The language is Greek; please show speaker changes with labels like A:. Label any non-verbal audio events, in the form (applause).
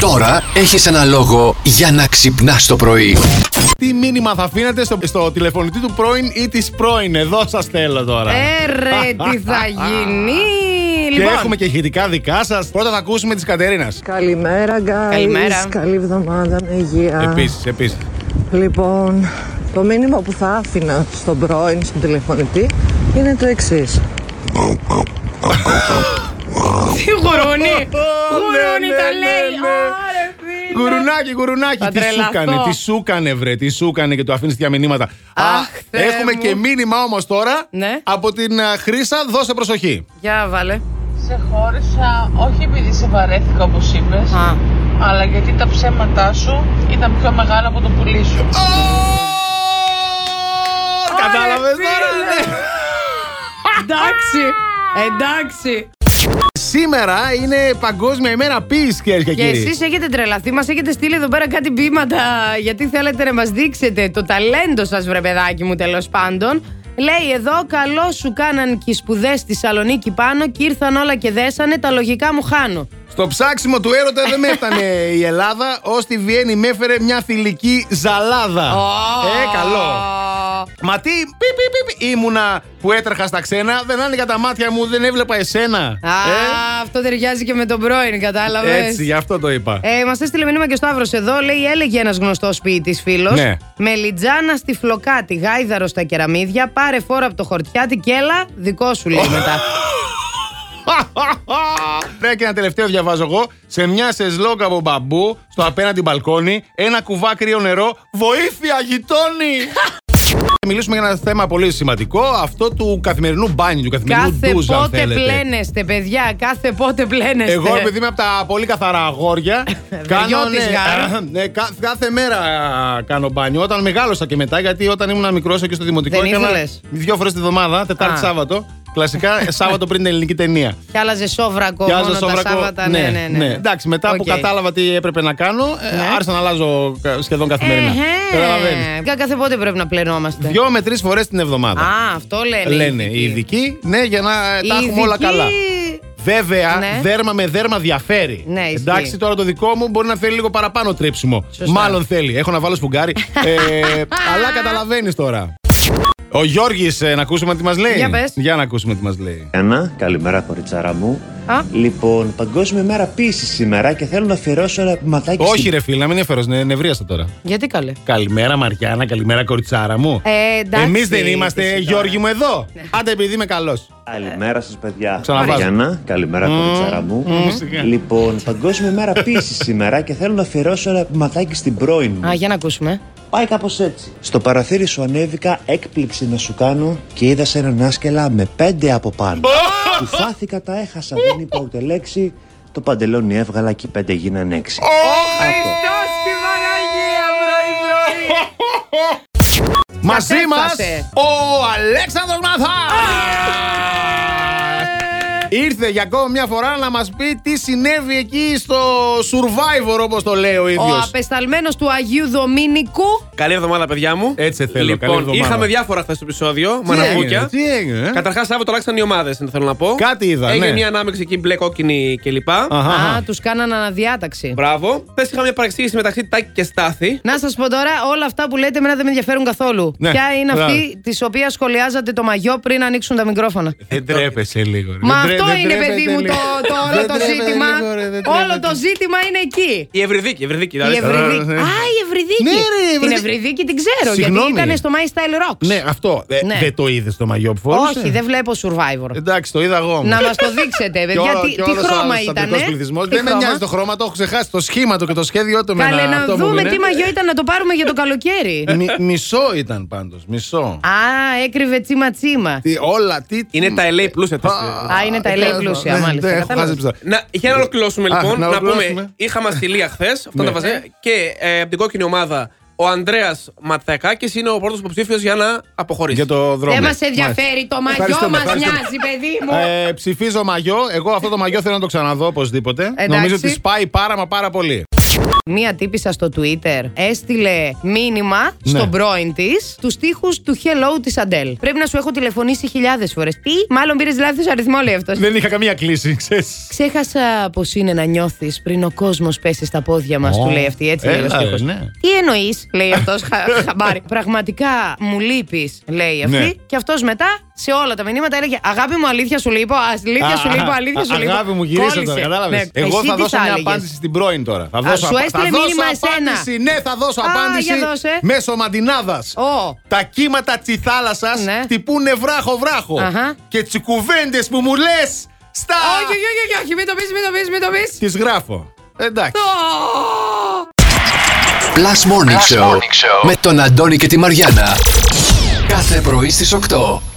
A: Τώρα έχεις ένα λόγο για να ξυπνάς το πρωί.
B: Τι μήνυμα θα αφήνετε στο, στο τηλεφωνητή του πρώην ή της πρώην. Εδώ σας θέλω τώρα.
C: Ε, ρε, τι
B: (laughs)
C: θα γίνει.
B: Και
C: λοιπόν,
B: έχουμε και ηχητικά δικά σας. Πρώτα θα ακούσουμε της Κατερίνας.
D: Καλημέρα, guys.
C: Καλημέρα.
D: Καλή εβδομάδα με υγεία.
B: Επίσης, επίσης.
C: Ε,
D: Λοιπόν, το μήνυμα που θα άφηνα στον πρώην, στον τηλεφωνητή, είναι το εξής.
C: τι
B: (laughs)
C: γουρούνι. Γουρούνι
B: ναι,
C: τα
B: ναι,
C: λέει.
B: ναι.
C: Άρε, φίλε.
B: Γουρουνάκι, γουρουνάκι,
C: Θα
B: τι σου
C: τρελαθώ.
B: κάνε, τι σου κάνε, βρε, τι σου κάνε και του αφήνει τέτοια μηνύματα.
C: Αχ, Θεέ
B: έχουμε
C: μου.
B: και μήνυμα όμως τώρα
C: Ναι.
B: από την α, Χρύσα. Δώσε προσοχή.
C: Για βάλε.
E: Σε χώρισα όχι επειδή σε βαρέθηκα όπως είπες,
C: Α.
E: αλλά γιατί τα ψέματά σου ήταν πιο μεγάλα από το πουλί σου.
B: Κατάλαβε
C: φίλε.
B: τώρα, ναι.
C: Εντάξει. Εντάξει.
B: Σήμερα είναι Παγκόσμια ημέρα ποιήση, κυρίες και
C: Και
B: κύριοι.
C: εσείς έχετε τρελαθεί, μας έχετε στείλει εδώ πέρα κάτι ποίηματα. Γιατί θέλετε να μας δείξετε το ταλέντο σας, βρε παιδάκι μου, τέλος πάντων. Λέει εδώ, καλό σου κάναν και οι σπουδές στη Θεσσαλονίκη πάνω και ήρθαν όλα και δέσανε. Τα λογικά μου χάνω.
B: Στο ψάξιμο του έρωτα δεν με έφτανε η Ελλάδα, ως τη Βιέννη με έφερε μια θηλυκή ζαλάδα. Ε, καλό. Μα τι, πι, πι, πι, πι, ήμουνα που έτρεχα στα ξένα, δεν άνοιγα τα μάτια μου, δεν έβλεπα εσένα.
C: Α, αυτό ταιριάζει και με τον πρώην, κατάλαβες.
B: Ε. Έτσι, γι' αυτό το είπα.
C: Ε, Μα έστειλε μήνυμα και ο Σταύρο εδώ. Λέει: Έλεγε ένας γνωστός ποιητής φίλος.
B: Ναι.
C: Μελιτζάνα στη φλοκάτη, γάιδαρο στα κεραμίδια. Πάρε φόρο από το χορτιάτι και έλα, δικό σου λέει μετά.
B: Πρέπει και ένα τελευταίο διαβάζω εγώ. Σε μια σεσλόγκ από μπαμπού, στο απέναντι μπαλκόνι, ένα κουβά κρύο νερό. Βοήθεια, γειτόνι!
C: (laughs)
B: Θα μιλήσουμε για ένα θέμα πολύ σημαντικό, αυτό του καθημερινού μπάνιου, του καθημερινού
C: Κάθε
B: ντουζ, αν
C: πότε
B: θέλετε.
C: πλένεστε, παιδιά. Κάθε πότε πλένεστε.
B: Εγώ επειδή είμαι από τα πολύ καθαρά
C: (laughs)
B: αγόρια κάνω,
C: Βεριώτης γάρα.
B: ναι, κα- κάθε μέρα α, κάνω μπάνιο Όταν μεγάλωσα και μετά γιατί όταν ήμουν μικρός και στο δημοτικό
C: Δεν
B: Έκανα
C: ήθελες.
B: δύο φορές τη βδομάδα, Τετάρτη
C: Α.
B: Σάββατο Κλασικά ε, Σάββατο πριν την ελληνική
C: (laughs)
B: ταινία
C: Και άλλαζε σόβρακο
B: Πιάζω
C: μόνο
B: σόβρακο.
C: τα Σάββατα. Ναι, ναι, ναι.
B: Εντάξει, μετά που
C: Οκ. Ναι.
B: κατάλαβα τι έπρεπε να κάνω, ε, άρχισα να αλλάζω κα- σχεδόν καθημερινά.
C: Εχε.
B: Καταλαβαίνεις.
C: Κα- Κάθε πότε πρέπει να πλενόμαστε.
B: Δυο με τρεις φορές την εβδομάδα.
C: Α, αυτό λένε. οι
B: Λένε οι ειδικοί, ναι, για να ε, τα έχουμε όλα
C: ειδικοί-
B: καλά. Βέβαια,
C: Ναι.
B: δέρμα με δέρμα διαφέρει.
C: Ναι, ισχύει.
B: Εντάξει, τώρα το δικό μου μπορεί να θέλει λίγο παραπάνω τρέψιμο.
C: Σωστά.
B: Μάλλον θέλει. Έχω να βάλω
C: (laughs)
B: σπουγγάρι. ε, αλλά καταλαβαίνεις τώρα. Ο Γιώργης, να ακούσουμε τι μας λέει.
C: Για πες.
B: Για να ακούσουμε τι μας λέει.
F: Ένα, καλημέρα κοριτσάρα μου.
C: Α.
F: Λοιπόν, Παγκόσμια μέρα πίσης σήμερα και θέλω να αφιερώσω ένα ματάκι
B: Όχι, ρε φίλε, να μην έφερε, νευρίασα τώρα.
C: Γιατί καλέ.
B: Καλημέρα Μαριάννα, καλημέρα κοριτσάρα μου.
C: Ε, εντάξει, Ναι.
B: Εμείς δεν
C: τι
B: είμαστε,
C: σου
B: Γιώργη μου, εδώ. Άντε, επειδή είμαι καλός.
F: Καλημέρα σας παιδιά.
B: Ξαναβάζω.
F: Γιάννα, καλημέρα κοριτσάρα μου. Λοιπόν, Παγκόσμια μέρα πίσης σήμερα και θέλω να αφιερώσω ένα ματάκι στην πρώην μου.
C: Α, για να ακούσουμε.
F: Πάει κάπως έτσι. Στο παραθύρι σου ανέβηκα, έκπληξη να σου κάνω και είδα σε έναν άσκελα με πέντε από πάνω. Του φάθηκα, τα έχασα, δεν είπα ούτε λέξη. Το παντελόνι έβγαλα και οι πέντε γίνανε έξι.
B: Μαζί μας
C: έφτασε.
B: ο Αλέξανδρος Μαθάς! Ήρθε για ακόμα μια φορά να μας πει τι συνέβη εκεί στο Survivor όπως το λέει ο
C: Ο
B: ίδιος.
C: απεσταλμένος του Αγίου Δομήνικου.
G: Καλή εβδομάδα, παιδιά μου.
B: Έτσι θέλω,
G: Λοιπόν,
B: καλή εβδομάδα.
G: είχαμε διάφορα χθες στο επεισόδιο.
B: Τι έγινε,
G: Μαναβούκια.
B: Τι έγινε, ε?
G: Καταρχάς, Σάββατο αλλάξαν οι ομάδες, θέλω να πω.
B: Κάτι είδα,
G: Έγινε
B: ναι.
G: μια ανάμεξη εκεί μπλε, κόκκινη κλπ.
B: Αχα.
C: Α, τους κάνανε αναδιάταξη.
G: Μπράβο. Χθες είχαμε μια παρεξήγηση μεταξύ Τάκη και Στάθη.
C: Να σας πω τώρα, όλα αυτά που λέτε εμένα δεν με ενδιαφέρουν καθόλου.
B: Ναι,
C: Ποια είναι
B: μπράβο.
C: αυτή της οποίας σχολιάζατε το μαγιό πριν ανοίξουν τα μικρόφωνα.
B: Δεν τρέπεσαι λίγο. ρε.
C: Μα
B: Δεν τρέ-
C: αυτό
B: δεν
C: είναι,
B: τρέπεται
C: παιδί μου, το,
B: λίγο.
C: το όλο
B: Δεν
C: το
B: τρέπεται
C: ζήτημα.
B: λίγο, ρε, δεν
C: Όλο
B: τρέπεται.
C: το ζήτημα είναι εκεί.
G: Η Ευρυδίκη, η Ευρυδίκη.
C: Η
G: δηλαδή.
C: Ευρυδίκη.
B: ναι.
C: Α, η Ευρυδίκη.
B: Ναι, ρε, η
C: Την
B: Ευρυδίκη.
C: Ευρυδίκη την ξέρω,
B: Συγγνώμη.
C: γιατί ήταν στο My Style Rocks.
B: Ναι, αυτό. Ε,
C: Ναι.
B: Δεν το είδες το μαγιό που φορούσε.
C: Όχι, δεν βλέπω Survivor.
B: Εντάξει, Ε, το είδα εγώ.
C: Να μας το
B: (laughs)
C: δείξετε, παιδιά. Τι, τι χρώμα ήταν.
B: Δεν με νοιάζει το χρώμα, το έχω ξεχάσει. Το σχήμα του και το σχέδιό του με
C: Καλέ,
B: ένα-
C: να
B: αυτό μου
C: δούμε
B: είναι.
C: τι μαγιό ήταν να το πάρουμε για το καλοκαίρι.
B: Μι- Μισό ήταν πάντως. Μισό.
C: Α, έκρυβε τσίμα τσίμα.
B: Τι, όλα, τι.
G: Είναι τα LA πλούσια. τα-
C: Α, είναι τα LA πλούσια, μάλιστα.
B: Δεν ναι, έχω
C: Κατάλαβα.
B: χάσει ψά-
G: Να, για να ολοκληρώσουμε
B: Α,
G: λοιπόν,
B: να
G: να,
B: ολοκληρώσουμε.
G: πούμε, είχαμε αστηλία χθε, αυτά
B: Ναι.
G: τα βαζέ, και ε, από την κόκκινη ομάδα ο Ανδρέας Ματθακάκη είναι ο πρώτος υποψήφιο για να αποχωρήσει.
B: Για το δρόμο.
C: Δεν μας ενδιαφέρει,
B: Μάλιστα.
C: το μαγιό
B: Ευχαριστούμε,
C: μας
B: ευχαριστούμε.
C: νοιάζει, παιδί μου.
B: Ε, ψηφίζω μαγιό. Εγώ αυτό το μαγιό θέλω να το ξαναδώ οπωσδήποτε.
C: Εντάξει.
B: Νομίζω ότι σπάει πάρα μα πάρα πολύ.
C: Μία τύπησα στο Twitter έστειλε μήνυμα
B: Ναι.
C: στον πρώην της τους στίχους του Hello της Αντέλ. Πρέπει να σου έχω τηλεφωνήσει χιλιάδες φορές. Τι, μάλλον πήρες λάθος αριθμό, λέει αυτός.
B: Δεν είχα καμία κλίση, ξέρεις.
C: Ξέχασα πώ είναι να νιώθεις πριν ο κόσμος πέσει στα πόδια μας, του λέει αυτή. Έτσι λέει ο
B: Έλα,
C: στίχος.
B: ε, ναι.
C: Τι εννοείς, λέει αυτός,
B: (laughs)
C: χαμπάρι. Πραγματικά μου λείπεις, λέει αυτή.
B: Ναι.
C: Και αυτός μετά σε όλα τα μηνύματα έλεγε Αγάπη μου, αλήθεια σου λείπω, ας, αλήθεια σου
B: Α,
C: λείπω,
B: α,
C: αλήθεια σου
B: α,
C: λείπω.
B: Αγάπη μου, γυρίσε
C: Κόλλησε.
B: τώρα, κατάλαβες.
C: Ναι.
B: Εγώ
C: Εσύ
B: θα
C: τι
B: δώσω μια
C: έλεγες?
B: απάντηση στην πρώην τώρα. Θα δώσω,
C: σου
B: απα-
C: έστειλε
B: θα δώσω
C: μήνυμα εσένα.
B: απάντηση, ναι, θα δώσω
C: Α,
B: απάντηση
C: για δώσε.
B: μέσω μαντινάδας.
C: Ω.
B: Τα κύματα της θάλασσας
C: Ναι.
B: χτυπούνε βράχο-βράχο.
C: Αχα.
B: Και τις κουβέντες που μου λες στα.
C: Όχι, όχι, όχι, όχι, όχι, μην το πεις, μην το πεις, μην το πεις.
B: Τις γράφω. Εντάξει.
A: Plus Morning, Show, με τον Αντώνη και τη Μαριάνα. Κάθε πρωί στις 8.